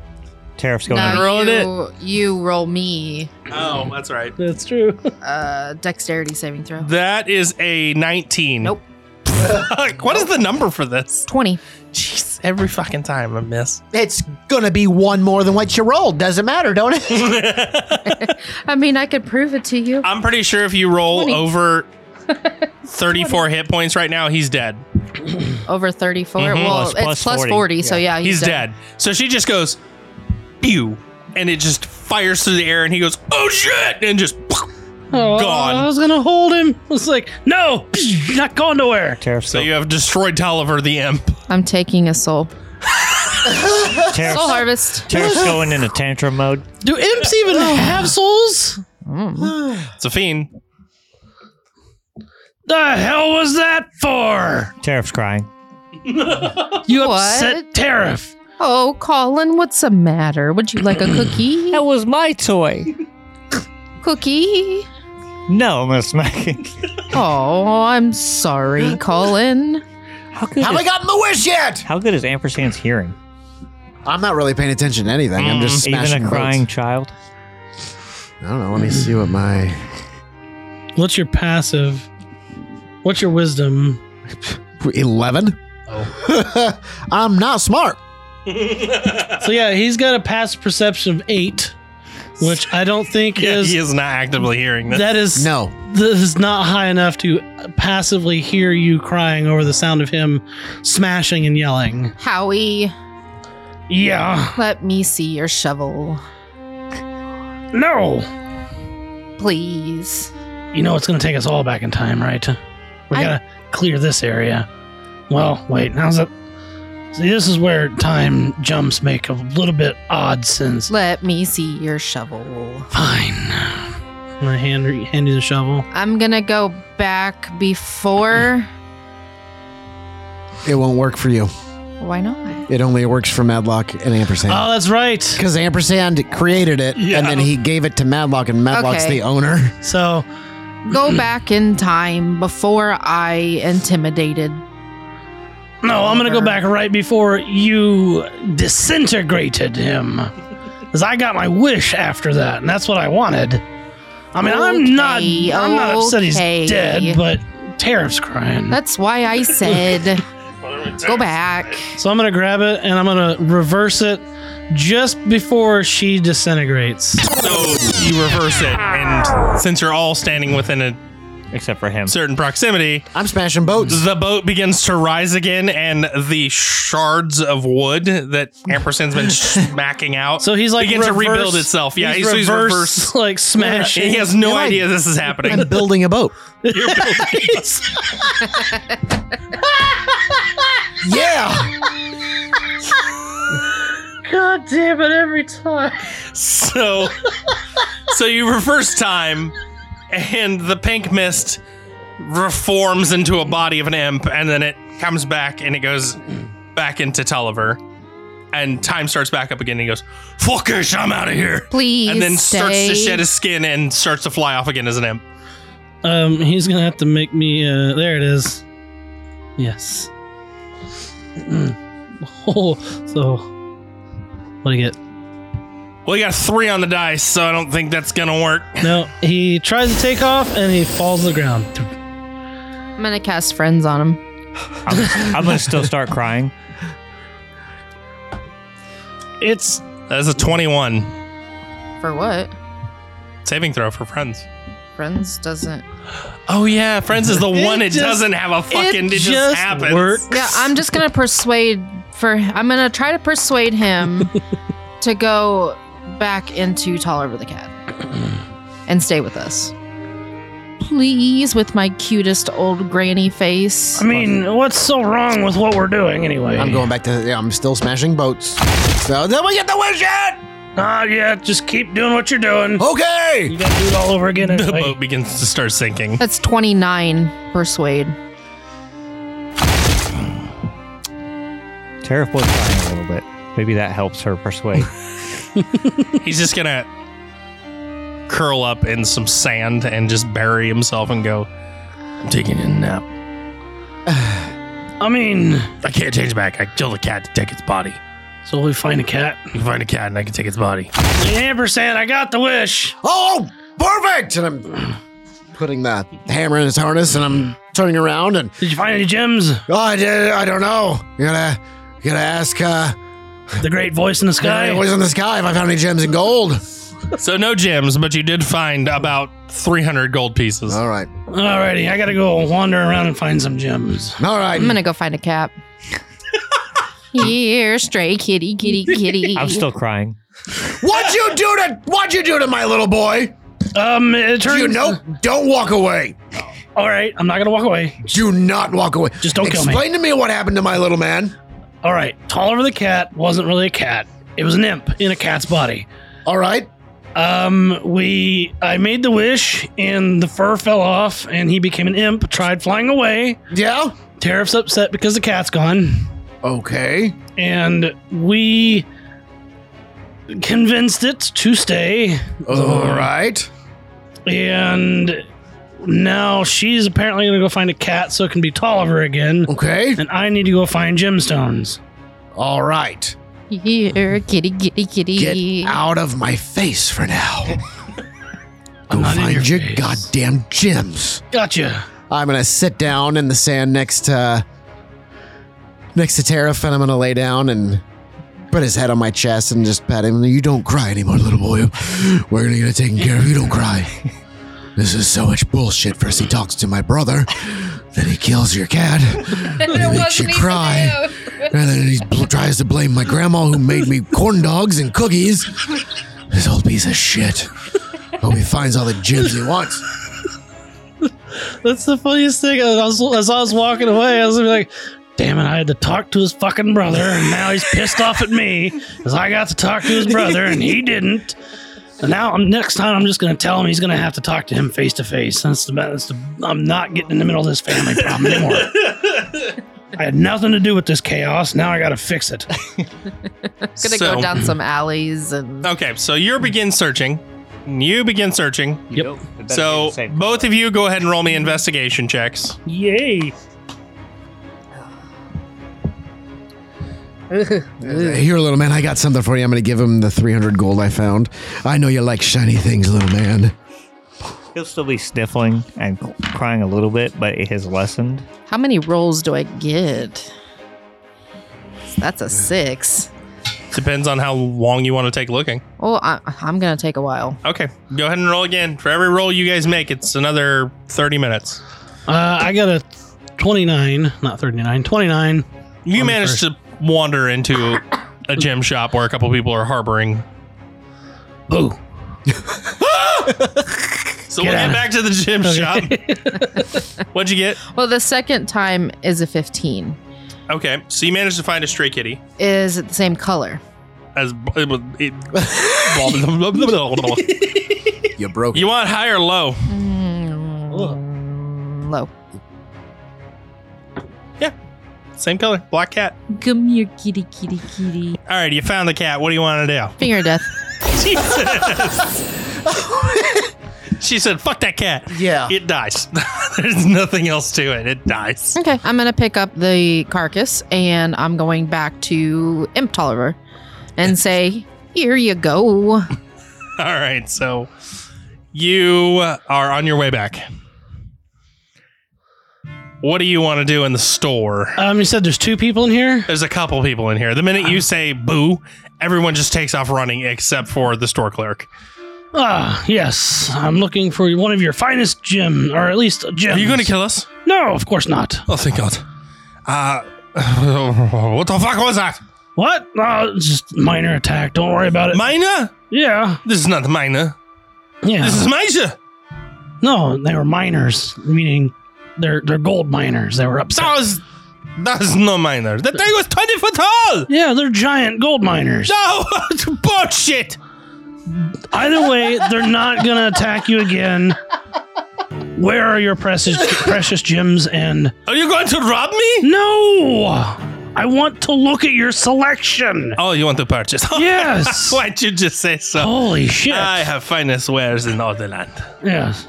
Speaker 5: Tariff's going.
Speaker 1: Now
Speaker 5: on.
Speaker 3: rolled
Speaker 1: you, you roll me
Speaker 3: oh that's right
Speaker 4: That's true.
Speaker 1: uh, dexterity saving throw.
Speaker 3: that is a 19
Speaker 1: Nope.
Speaker 3: Fuck, what is the number for this
Speaker 1: 20.
Speaker 3: jeez every fucking time i miss
Speaker 2: It's gonna be one more than what you rolled. Doesn't matter, don't it?
Speaker 1: I mean, I could prove it to you.
Speaker 3: I'm pretty sure if you roll
Speaker 1: 20.
Speaker 3: over 34 hit points right now, he's dead.
Speaker 1: Over 34.
Speaker 3: Mhm.
Speaker 1: Well,
Speaker 5: Plus- plus
Speaker 1: it's Mm-hmm. plus 40,
Speaker 5: 40,
Speaker 1: so yeah,
Speaker 3: He's,
Speaker 1: he's,
Speaker 3: dead. So she just goes, pew, and it just fires through the air, and he goes, oh shit, and just
Speaker 4: Oh,
Speaker 3: Gone.
Speaker 4: I was gonna hold him. I was like, no, not going nowhere.
Speaker 5: Tariff's
Speaker 3: so you have destroyed Tolliver the imp.
Speaker 1: I'm taking a soul.
Speaker 5: Tariff's,
Speaker 1: Soul harvest.
Speaker 5: Tariff's going into tantrum mode.
Speaker 4: Do imps even have souls?
Speaker 3: It's a fiend.
Speaker 4: The hell was that for?
Speaker 5: Tariff's crying.
Speaker 4: You
Speaker 1: What?
Speaker 4: upset Tariff.
Speaker 1: Oh, Colin, what's the matter? Would you like a cookie?
Speaker 5: was my toy.
Speaker 1: cookie.
Speaker 5: No, I'm gonna smack it.
Speaker 1: Oh, I'm sorry, Colin.
Speaker 5: How good?
Speaker 2: Have
Speaker 5: is,
Speaker 2: I gotten the wish yet?
Speaker 5: how good is ampersand's hearing?
Speaker 2: I'm not really paying attention to anything. I'm just smashing
Speaker 5: Mm, Even a crying
Speaker 2: boats.
Speaker 5: child.
Speaker 2: I don't know. Let me see what my
Speaker 4: What's your passive? What's your wisdom?
Speaker 2: eleven. Oh. I'm not smart.
Speaker 4: So yeah, he's got a passive perception of eight. which I don't think
Speaker 3: Yeah,
Speaker 4: is,
Speaker 3: he is not actively hearing this.
Speaker 4: that is
Speaker 2: No.
Speaker 4: this is not high enough to passively hear you crying over the sound of him smashing and yelling.
Speaker 1: Howie,
Speaker 4: Yeah.
Speaker 1: let me see your shovel,
Speaker 4: No.
Speaker 1: please.
Speaker 4: You know it's going to take us all back in time, right? We
Speaker 1: I-
Speaker 4: got to clear this area. Well, wait. How's it? See, this is where time jumps make a little bit odd sense.
Speaker 1: Let me see your shovel.
Speaker 4: Fine. I'm gonna hand, hand you the shovel.
Speaker 1: I'm gonna go back before.
Speaker 2: It won't work for you.
Speaker 1: Why not?
Speaker 2: It only works for Madlock and Ampersand.
Speaker 4: Oh, that's right.
Speaker 2: because Ampersand created it,
Speaker 3: Yeah.
Speaker 2: and then he gave it to Madlock, and Madlock's
Speaker 1: Okay.
Speaker 2: the owner.
Speaker 4: So,
Speaker 1: Go back in time before I intimidated.
Speaker 4: no, I'm gonna go back right before you disintegrated him, because I got my wish after that, and that's what I wanted. I mean, I'm not,
Speaker 1: Okay,
Speaker 4: I'm not upset he's
Speaker 1: okay.
Speaker 4: dead, but Tariff's crying.
Speaker 1: That's why I said go back.
Speaker 4: So I'm gonna grab it and I'm gonna reverse it just before she disintegrates.
Speaker 3: So you reverse it, and since you're all standing within a
Speaker 5: except for him.
Speaker 3: certain proximity,
Speaker 2: I'm smashing boats.
Speaker 3: the boat begins to rise again, and the shards of wood that Ampersand's been smacking out
Speaker 4: So he's like
Speaker 3: begin to
Speaker 4: reverse-
Speaker 3: rebuild itself. Yeah, he's, he's
Speaker 4: reverse,
Speaker 3: reverse.
Speaker 4: like smashing.
Speaker 3: He has no
Speaker 2: You're right.
Speaker 3: idea this is happening.
Speaker 2: I'm building a boat. yeah.
Speaker 4: God damn it every time.
Speaker 3: So, so you reverse time, and the pink mist reforms into a body of an imp, and then it comes back and it goes back into Tulliver, and time starts back up again. And he goes, "Fuckish, I'm out of here,"
Speaker 1: Please.
Speaker 3: and then
Speaker 1: stay.
Speaker 3: starts to shed his skin and starts to fly off again as an imp.
Speaker 4: Um, he's gonna have to make me. Uh, there it is. Yes. oh, so what do you get?
Speaker 3: Well, you got a three on the dice, so I don't think that's gonna work.
Speaker 4: No, he tries to take off and he falls to the ground.
Speaker 1: I'm gonna cast friends on him.
Speaker 5: I'm, I'm gonna still start crying.
Speaker 4: It's
Speaker 3: That's a twenty-one
Speaker 1: For what?
Speaker 3: saving throw for friends.
Speaker 1: Friends doesn't.
Speaker 3: Oh yeah, friends is the one. It,
Speaker 4: just-
Speaker 3: doesn't have a fucking. It, just,
Speaker 4: just
Speaker 3: happens.
Speaker 4: works.
Speaker 1: Yeah, I'm just gonna persuade for. I'm gonna try to persuade him to go back into Tolliver the Cat and stay with us. Please, with my cutest old granny face.
Speaker 4: I mean, what's so wrong with what we're doing anyway?
Speaker 2: I'm going back to. Yeah, I'm still smashing boats. So then we get the wish yet?
Speaker 4: Ah, yeah, just keep doing what you're doing.
Speaker 2: Okay.
Speaker 4: You gotta do it all over again.
Speaker 3: The
Speaker 4: anyway.
Speaker 3: boat begins to start sinking.
Speaker 1: That's 29 persuade.
Speaker 5: Tariff was crying a little bit. Maybe that helps her persuade.
Speaker 3: He's just gonna curl up in some sand and just bury himself and go.
Speaker 6: I'm taking a nap.
Speaker 4: I mean,
Speaker 6: I can't change back. I killed a cat to take its body.
Speaker 4: so we find a cat.
Speaker 6: You find a cat and I can take its body.
Speaker 4: The ampersand, I got the wish.
Speaker 2: Oh, perfect. And I'm putting the hammer in his harness, and I'm turning around, and
Speaker 4: Did you find any gems?
Speaker 2: oh, I did. I don't know. You gotta, you gotta ask. Uh,
Speaker 4: The great voice in the
Speaker 2: guy,
Speaker 4: sky.
Speaker 2: boys in the sky. If I found any gems and gold.
Speaker 3: So no gems, but you did find about 300 gold pieces.
Speaker 2: All right.
Speaker 4: Alrighty, I gotta go wander around and find some gems.
Speaker 2: All right.
Speaker 1: I'm gonna go find a cap. Here, stray kitty, kitty, kitty.
Speaker 5: I'm still crying.
Speaker 2: What'd you do to What'd you do to my little boy?
Speaker 4: Um, it turns.
Speaker 2: You nope. Don't walk away.
Speaker 4: All right, I'm not gonna walk away.
Speaker 2: Do not walk away.
Speaker 4: Just don't kill me.
Speaker 2: Explain to me what happened to my little man.
Speaker 4: All right, Tolliver the cat wasn't really a cat. It was an imp in a cat's body.
Speaker 2: All right.
Speaker 4: Um, we I made the wish, and the fur fell off, and he became an imp. Tried flying away.
Speaker 2: Yeah.
Speaker 4: Tariff's upset because the cat's gone.
Speaker 2: Okay.
Speaker 4: and we convinced it to stay. Oh.
Speaker 2: All right.
Speaker 4: And now she's apparently going to go find a cat so it can be Tolliver again.
Speaker 2: Okay.
Speaker 4: And I need to go find gemstones.
Speaker 2: All right.
Speaker 1: Here, kitty, kitty,
Speaker 2: Get
Speaker 1: kitty.
Speaker 2: out of my face for now. Go
Speaker 4: not in
Speaker 2: find
Speaker 4: your
Speaker 2: your
Speaker 4: face.
Speaker 2: goddamn gems.
Speaker 4: Gotcha.
Speaker 2: I'm gonna sit down in the sand next to next to Tariff, and I'm gonna lay down and put his head on my chest and just pet him. You don't cry anymore, little boy. We're gonna get it taken care of. You don't cry. This is so much bullshit. First he talks to my brother, then he kills your cat, then he makes you cry, and then he bl- tries to blame my grandma who made me corn dogs and cookies. This whole piece of shit. Hope he finds all the gems he wants.
Speaker 4: That's the funniest thing. And I was, as I was walking away, I was gonna be like, damn it, I had to talk to his fucking brother, and now he's pissed off at me because I got to talk to his brother and he didn't. And now I'm next time I'm just gonna tell him he's gonna have to talk to him face to face. That's the that's the I'm not getting in the middle of this family problem anymore. I had nothing to do with this chaos. Now I gotta fix it.
Speaker 1: Gonna
Speaker 3: So-
Speaker 1: go down some alleys and
Speaker 3: Okay, so you begin searching. You begin searching.
Speaker 4: Yep.
Speaker 3: So both of you go ahead and roll me investigation checks.
Speaker 4: Yay.
Speaker 2: Here, little man, I got something for you. I'm gonna give him the 300 gold I found. I know you like shiny things, little man.
Speaker 5: He'll still be sniffling and crying a little bit, but it has lessened.
Speaker 1: how many rolls do I get? That's a six.
Speaker 3: Depends on how long you want to take looking.
Speaker 1: Oh, I, I'm gonna take a while.
Speaker 3: Okay, go ahead and roll again. For every roll you guys make, it's another 30 minutes.
Speaker 4: Uh, I got a 29, not 39, 29.
Speaker 3: You
Speaker 4: On the
Speaker 3: managed to wander into a gym shop where a couple people are harboring.
Speaker 4: Oh,
Speaker 3: So we'll
Speaker 4: out.
Speaker 3: get back to the gym shop. What'd you get?
Speaker 1: Well, the second time is a 15.
Speaker 3: Okay, so you managed to find a stray kitty.
Speaker 1: Is it the same color?
Speaker 3: As it, was- it,
Speaker 2: You broke
Speaker 3: you want high or low?
Speaker 1: Mm, low.
Speaker 3: Same color, black cat.
Speaker 1: Come here, kitty, kitty, kitty.
Speaker 3: All right, you found the cat. What do you want to do?
Speaker 1: Finger death.
Speaker 3: She said, "Fuck that cat."
Speaker 4: Uh.
Speaker 2: Yeah.
Speaker 3: It dies. There's nothing else to it. It dies.
Speaker 1: Okay, I'm gonna pick up the carcass and I'm going back to Imp Tolliver and say, "Here you go."
Speaker 3: All right, so you are on your way back. What do you want to do in the store?
Speaker 4: um, you said there's two people in here.
Speaker 3: There's a couple people in here. The minute you say boo, everyone just takes off running except for the store clerk.
Speaker 4: Ah, yes. I'm looking for one of your finest gem, or at least gems.
Speaker 3: Are you going to kill us?
Speaker 4: No, of course not.
Speaker 3: Oh, thank God. Uh, what the fuck was that?
Speaker 4: What? Oh, it's just minor attack. Don't worry about it.
Speaker 3: Minor?
Speaker 4: yeah,
Speaker 3: This is not minor.
Speaker 4: yeah.
Speaker 3: This is major.
Speaker 4: no, they were miners, meaning they're they're gold miners. They were upset.
Speaker 3: That was, that was no minor.
Speaker 4: Uh,
Speaker 3: That thing was 20 foot tall.
Speaker 4: Yeah, they're giant gold miners.
Speaker 3: No, bullshit.
Speaker 4: Either way, they're not gonna attack you again. Where are your precious precious gems? And
Speaker 3: Are you going to rob me?
Speaker 4: no, I want to look at your selection.
Speaker 3: Oh, you want to purchase?
Speaker 4: Yes. Oh,
Speaker 3: Why'd you just say so?
Speaker 4: Holy shit!
Speaker 3: I have finest wares in all the land.
Speaker 4: yes.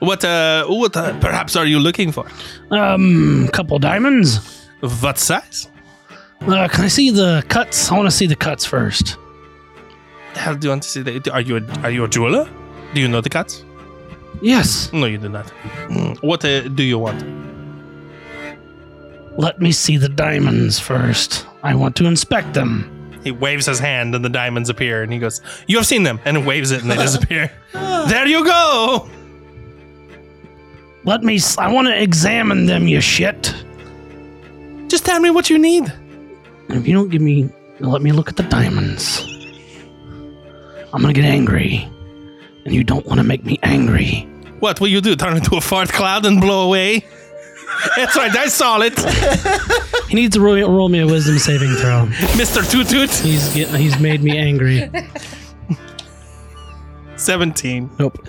Speaker 3: What, uh, what, uh, perhaps are you looking for?
Speaker 4: Um, couple diamonds.
Speaker 3: What size?
Speaker 4: Uh, can I see the cuts? I want to see the cuts first.
Speaker 3: How do you want to see that? Are you a, are you a jeweler? Do you know the cats?
Speaker 4: Yes.
Speaker 3: No, you do not. Mm, What uh, do you want?
Speaker 4: Let me see the diamonds first. I want to inspect them.
Speaker 3: He waves his hand and the diamonds appear, and he goes, "You have seen them," and waves it, and they disappear. there you go.
Speaker 4: Let me. s- I want to examine them. You shit.
Speaker 3: Just tell me what you need.
Speaker 4: And if you don't give me, let me look at the diamonds. I'm gonna get angry, and you don't want to make me angry.
Speaker 3: What will you do? Turn into a fart cloud and blow away? That's right, I saw it,
Speaker 4: He needs to roll, roll me a wisdom saving throw.
Speaker 3: Mister Toot Toot.
Speaker 4: He's get, he's made me angry.
Speaker 3: Seventeen.
Speaker 4: Nope.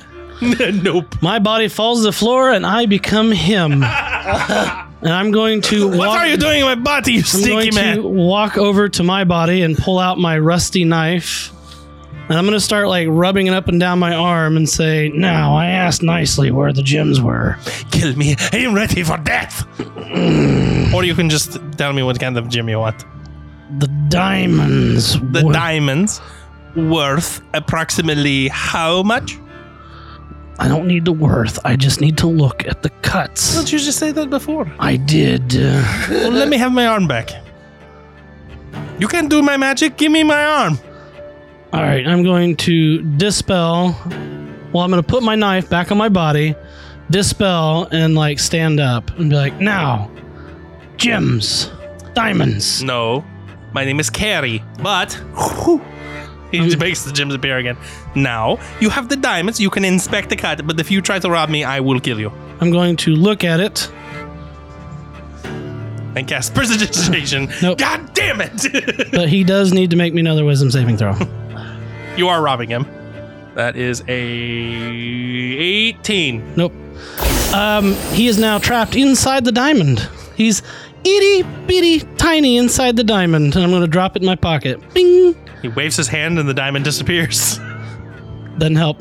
Speaker 3: nope.
Speaker 4: My body falls to the floor, and I become him. and I'm going to.
Speaker 3: What
Speaker 4: walk-
Speaker 3: are you doing in my body, you
Speaker 4: I'm
Speaker 3: stinky
Speaker 4: going
Speaker 3: man?
Speaker 4: to walk over to my body and pull out my rusty knife. And I'm going to start like rubbing it up and down my arm and say, Now, I asked nicely where the gems were.
Speaker 3: Kill me. I am ready for death. or you can just tell me what kind of gym you want.
Speaker 4: The diamonds.
Speaker 3: The
Speaker 4: were-
Speaker 3: diamonds worth approximately how much?
Speaker 4: I don't need the worth. I just need to look at the cuts.
Speaker 3: Did you just say that before?
Speaker 4: I did. Uh,
Speaker 3: Well, let me have my arm back. You can do my magic. Give me my arm.
Speaker 4: All right, I'm going to dispel. Well, I'm going to put my knife back on my body, dispel, and like stand up and be like, now, gems, diamonds.
Speaker 3: No, my name is Carrie, but he just makes the gems appear again. Now you have the diamonds. You can inspect the cut, but if you try to rob me, I will kill you.
Speaker 4: I'm going to look at it.
Speaker 3: And cast prestidigitation.
Speaker 4: Nope.
Speaker 3: God damn it!
Speaker 4: But he does need to make me another wisdom saving throw.
Speaker 3: you are robbing him. That is a eighteen.
Speaker 4: Nope. Um, he is now trapped inside the diamond. He's itty bitty tiny inside the diamond, and I'm going to drop it in my pocket. Bing!
Speaker 3: He waves his hand, and the diamond disappears.
Speaker 4: Doesn't help.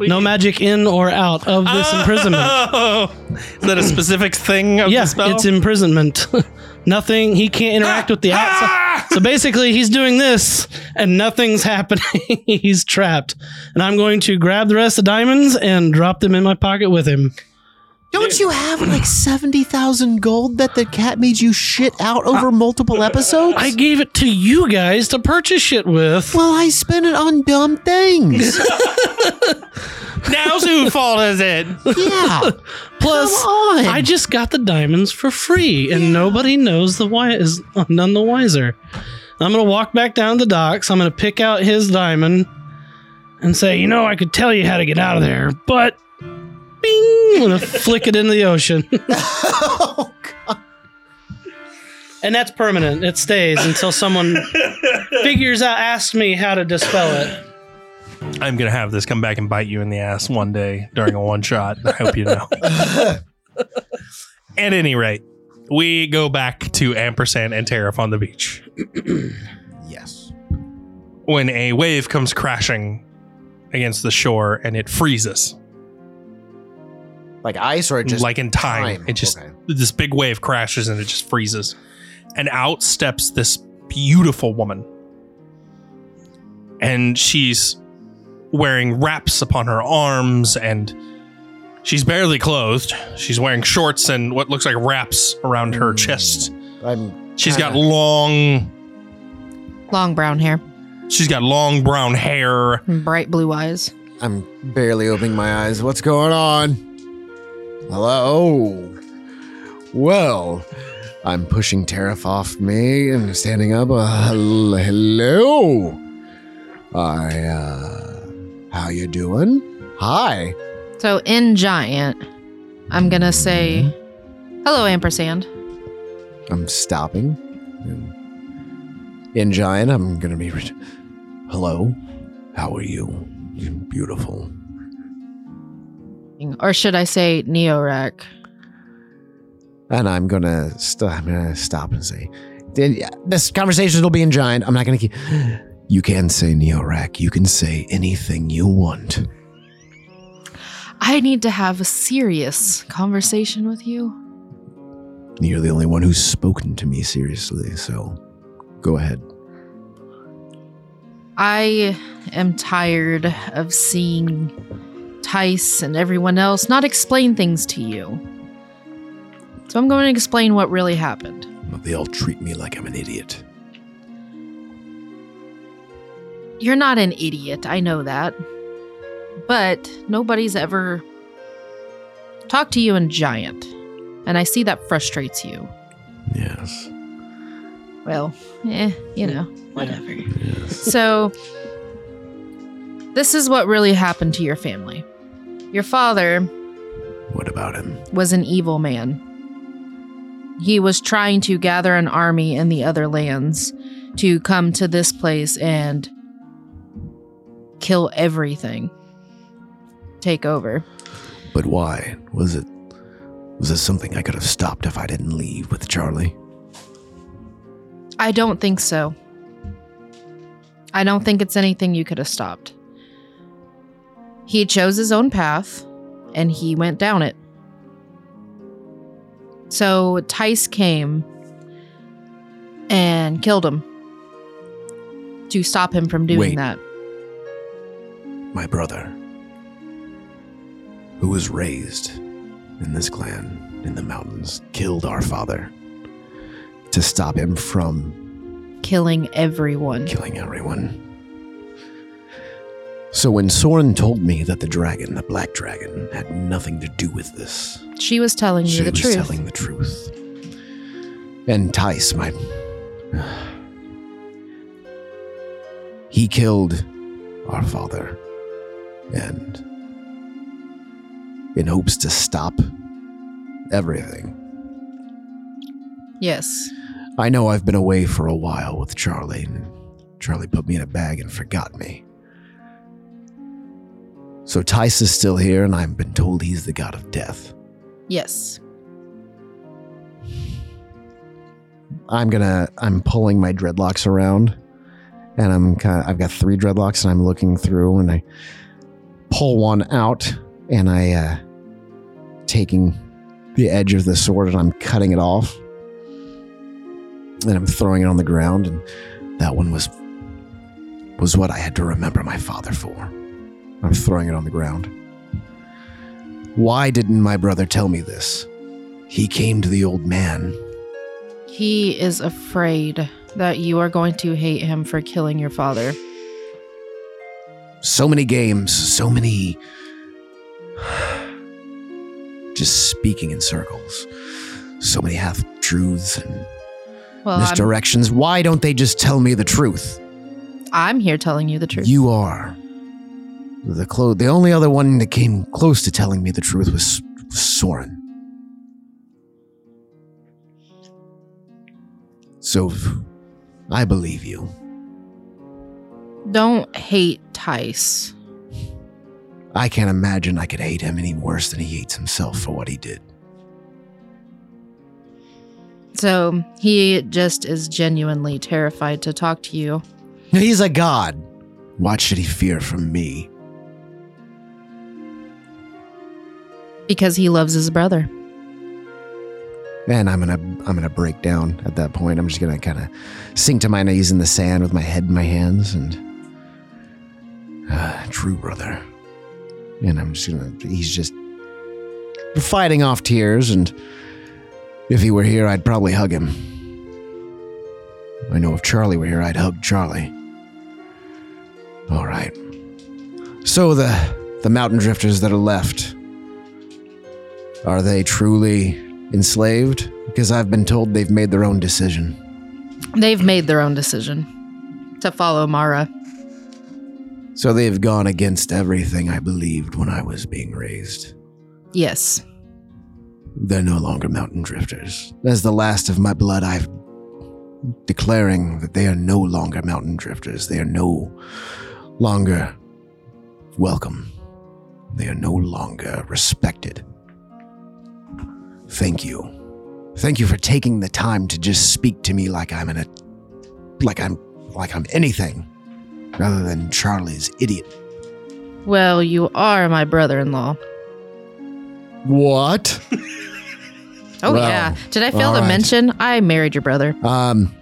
Speaker 4: No magic in or out of this imprisonment.
Speaker 3: Oh, is that a specific thing of the
Speaker 4: Yes,
Speaker 3: spell?
Speaker 4: it's imprisonment. nothing. He can't interact with the
Speaker 2: Ah!
Speaker 4: outside. So basically, he's doing this, and nothing's happening. he's trapped, and I'm going to grab the rest of the diamonds and drop them in my pocket with him.
Speaker 2: Don't you have like 70,000 gold that the cat made you shit out over multiple episodes?
Speaker 4: I gave it to you guys to purchase shit with.
Speaker 2: well, I spent it on dumb things.
Speaker 3: Now's whose fault is it?
Speaker 2: yeah.
Speaker 4: Plus,
Speaker 2: Come on.
Speaker 4: I just got the diamonds for free, and nobody knows the why is none the wiser. I'm gonna walk back down to the docks. I'm gonna pick out his diamond and say, you know, I could tell you how to get out of there, but bing, I'm gonna flick it into the ocean,
Speaker 2: oh, God.
Speaker 4: and that's permanent. It stays until someone figures out, asks me how to dispel it.
Speaker 3: I'm gonna have this come back and bite you in the ass one day during a one shot. I hope you know. At any rate, we go back to ampersand and tariff on the beach
Speaker 2: Yes.
Speaker 3: when a wave comes crashing against the shore and it freezes,
Speaker 2: Like ice or just
Speaker 3: like in time.
Speaker 2: time?
Speaker 3: It just
Speaker 2: Okay.
Speaker 3: this big wave crashes and it just freezes, and out steps this beautiful woman, and she's wearing wraps upon her arms and she's barely clothed. She's wearing shorts and what looks like wraps around her chest.
Speaker 2: I'm
Speaker 3: She's got
Speaker 2: Hmm. kinda-
Speaker 3: long,
Speaker 1: Long brown hair,
Speaker 3: she's got long brown hair.
Speaker 1: and bright blue eyes.
Speaker 2: I'm barely opening my eyes. What's going on? Hello. Well, I'm pushing Tariff off me and standing up. Uh, hel- hello. I uh how you doing? Hi.
Speaker 1: So in giant, I'm gonna say, "Hello, ampersand."
Speaker 2: I'm stopping. In giant, I'm gonna be. Re- Hello, how are you? Beautiful.
Speaker 1: Or should I say Neorek?
Speaker 2: And I'm gonna st- I'm gonna stop and say, then yeah, this conversation will be in giant. I'm not gonna keep. You can say Neorak. You can say anything you want.
Speaker 1: I need to have a serious conversation with you.
Speaker 2: You're the only one who's spoken to me seriously, so go ahead.
Speaker 1: I am tired of seeing Tice and everyone else not explain things to you. So I'm going to explain what really happened.
Speaker 2: They all treat me like I'm an idiot.
Speaker 1: You're not an idiot, I know that. But nobody's ever talked to you in giant. And I see that frustrates you.
Speaker 2: Yes.
Speaker 1: Well, eh, you know, whatever. So, this is what really happened to your family. Your father
Speaker 2: What about him?
Speaker 1: was an evil man. He was trying to gather an army in the other lands to come to this place and kill everything, take over.
Speaker 2: But why was it? Was this something I could have stopped if I didn't leave with Charlie?
Speaker 1: I don't think so. I don't think it's anything you could have stopped. He chose his own path and he went down it. So Tice came and killed him to stop him from doing
Speaker 2: Wait.
Speaker 1: that.
Speaker 2: my brother, who was raised in this clan in the mountains, killed our father to stop him from
Speaker 1: killing everyone.
Speaker 2: killing everyone. So when Soren told me that the dragon, the black dragon, had nothing to do with this,
Speaker 1: She was telling you
Speaker 2: she
Speaker 1: the
Speaker 2: was
Speaker 1: truth.
Speaker 2: telling the truth. And Tice, my. He killed our father. And. In hopes to stop everything.
Speaker 1: yes.
Speaker 2: I know I've been away for a while with Charlie, and Charlie put me in a bag and forgot me. So Tice is still here, and I've been told he's the god of death.
Speaker 1: Yes.
Speaker 2: I'm gonna, I'm pulling my dreadlocks around, and I'm kind of, I've got three dreadlocks, and I'm looking through, and I pull one out, and I, uh, taking the edge of the sword, and I'm cutting it off, and I'm throwing it on the ground, and that one was was what I had to remember my father for. I'm throwing it on the ground. Why didn't my brother tell me this? He came to the old man.
Speaker 1: He is afraid that you are going to hate him for killing your father.
Speaker 2: so many games, so many just speaking in circles, so many half truths and
Speaker 1: Well, I'm,
Speaker 2: misdirections. Why don't they just tell me the truth?
Speaker 1: I'm here telling you the truth.
Speaker 2: You are the clo- The only other one that came close to telling me the truth was Soren. So, I believe you.
Speaker 1: Don't hate Tice.
Speaker 2: I can't imagine I could hate him any worse than he hates himself for what he did.
Speaker 1: So he just is genuinely terrified to talk to you.
Speaker 2: He's a god. What should he fear from me?
Speaker 1: Because he loves his brother.
Speaker 2: And I'm gonna I'm gonna break down at that point. I'm just gonna kind of sink to my knees in the sand with my head in my hands and uh, true brother. And I'm just gonna he's just fighting off tears and if he were here I'd probably hug him. I know if Charlie were here I'd hug Charlie. All right. So the the mountain drifters that are left are they truly enslaved? Because I've been told they've made their own decision.
Speaker 1: They've made their own decision to follow Mara.
Speaker 2: So they've gone against everything I believed when I was being raised.
Speaker 1: Yes.
Speaker 2: They're no longer mountain drifters. As the last of my blood, I've declaring that they are no longer mountain drifters. They are no longer welcome. They are no longer respected. Thank you. Thank you for taking the time to just speak to me like I'm an like I'm like I'm anything rather than Charlie's idiot.
Speaker 1: Well, you are my brother in law.
Speaker 2: What?
Speaker 1: Oh,
Speaker 2: Wow.
Speaker 1: yeah. Did I fail
Speaker 2: All
Speaker 1: to
Speaker 2: right.
Speaker 1: mention I married your brother?
Speaker 2: Um,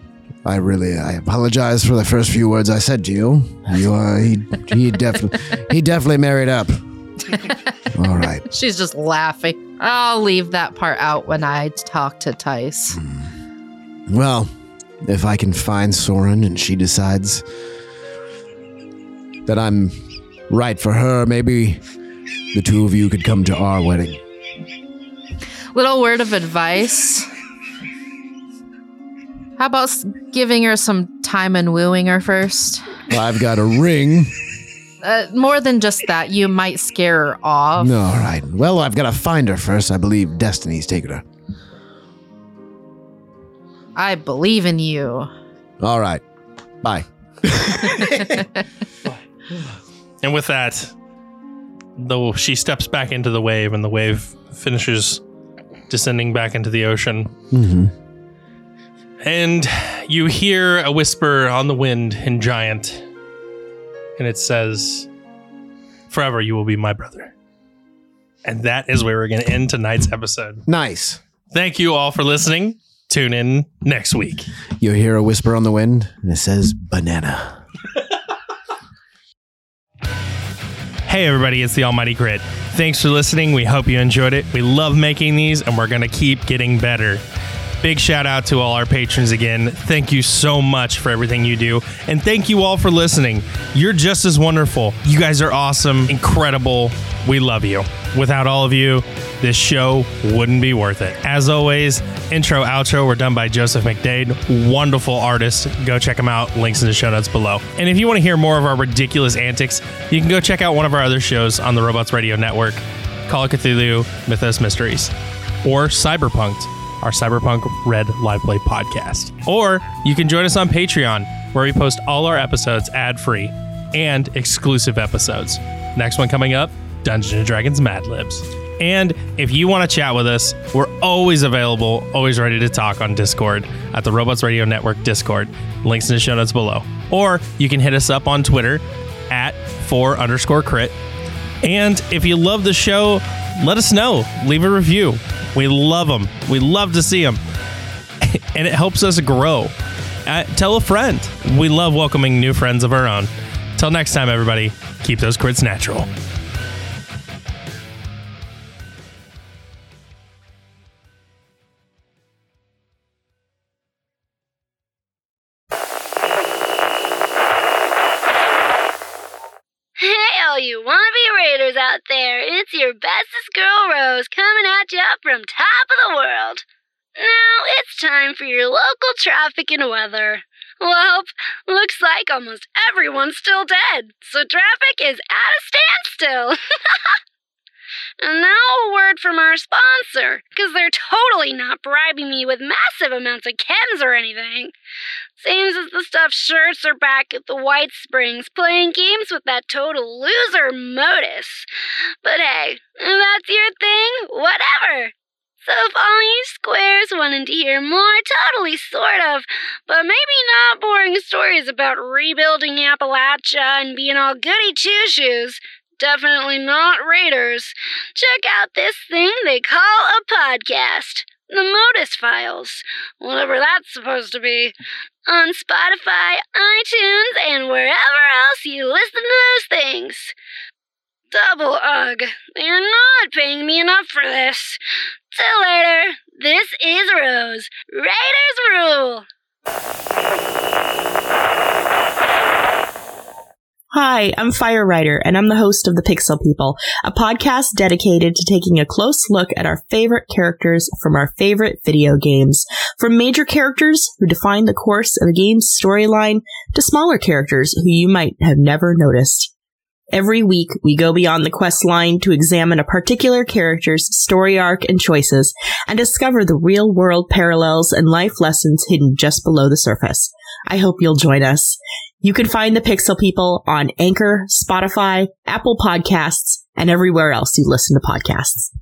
Speaker 2: I really, I apologize for the first few words I said to you. You, uh, he, he definitely, he definitely married up. All right.
Speaker 1: She's just laughing. I'll leave that part out when I talk to Tice.
Speaker 2: Well, if I can find Soren and she decides that I'm right for her, maybe the two of you could come to our wedding.
Speaker 1: Little word of advice. How about s- giving her some time and wooing her first?
Speaker 2: I've got a ring.
Speaker 1: Uh, more than just that, you might scare her off.
Speaker 2: All right. Well, I've got to find her first. I believe Destiny's taken her.
Speaker 1: I believe in you.
Speaker 2: All right. Bye.
Speaker 3: And with that, though she steps back into the wave, and the wave finishes descending back into the ocean.
Speaker 2: Mm-hmm.
Speaker 3: And you hear a whisper on the wind in giant, and it says, "Forever you will be my brother." And that is where we're going to end tonight's episode.
Speaker 2: Nice.
Speaker 3: Thank you all for listening. Tune in next week.
Speaker 2: You hear a whisper on the wind, and it says banana.
Speaker 3: Hey, everybody, it's the Almighty Grid. Thanks for listening. We hope you enjoyed it. We love making these, and we're going to keep getting better. Big shout out to all our patrons again. Thank you so much for everything you do. And thank you all for listening. You're just as wonderful. You guys are awesome, incredible. We love you. Without all of you, this show wouldn't be worth it. As always, intro, outro were done by Joseph McDade, wonderful artist. Go check him out. Links in the show notes below. And if you want to hear more of our ridiculous antics, you can go check out one of our other shows on the Robots Radio Network Call of Cthulhu, Mythos Mysteries, or Cyberpunked our Cyberpunk Red Live Play podcast. Or you can join us on Patreon, where we post all our episodes ad free and exclusive episodes. Next one coming up Dungeons and Dragons Mad Libs. And if you want to chat with us, we're always available, always ready to talk on Discord at the Robots Radio Network Discord. Links in the show notes below. Or you can hit us up on Twitter at 4 underscore crit and if you love the show, let us know. Leave a review. We love them. We love to see them. and it helps us grow. Uh, tell a friend. We love welcoming new friends of our own. Till next time, everybody, keep those crits natural.
Speaker 8: Hey, all you wannabe raiders out there, it's your bestest girl Rose coming at ya from top of the world. Now it's time for your local traffic and weather. Well, looks like almost everyone's still dead, so traffic is at a standstill. and now a word from our sponsor, because they're totally not bribing me with massive amounts of chems or anything. Seems as the stuffed shirts are back at the White Springs playing games with that total loser Modus. But hey, if that's your thing, whatever. So if all you squares wanted to hear more totally sort of, but maybe not boring stories about rebuilding Appalachia and being all goody two shoes, definitely not Raiders, check out this thing they call a podcast. The Modus Files, whatever that's supposed to be on Spotify, iTunes, and wherever else you listen to those things. Double ugh, they're not paying me enough for this. Till later, this is Rose. Raiders rule!
Speaker 9: Hi, I'm Fire Rider, and I'm the host of The Pixel People, a podcast dedicated to taking a close look at our favorite characters from our favorite video games. From major characters who define the course of a game's storyline to smaller characters who you might have never noticed. Every week, we go beyond the quest line to examine a particular character's story arc and choices and discover the real world parallels and life lessons hidden just below the surface. I hope you'll join us. You can find the Pixel People on Anchor, Spotify, Apple Podcasts, and everywhere else you listen to podcasts.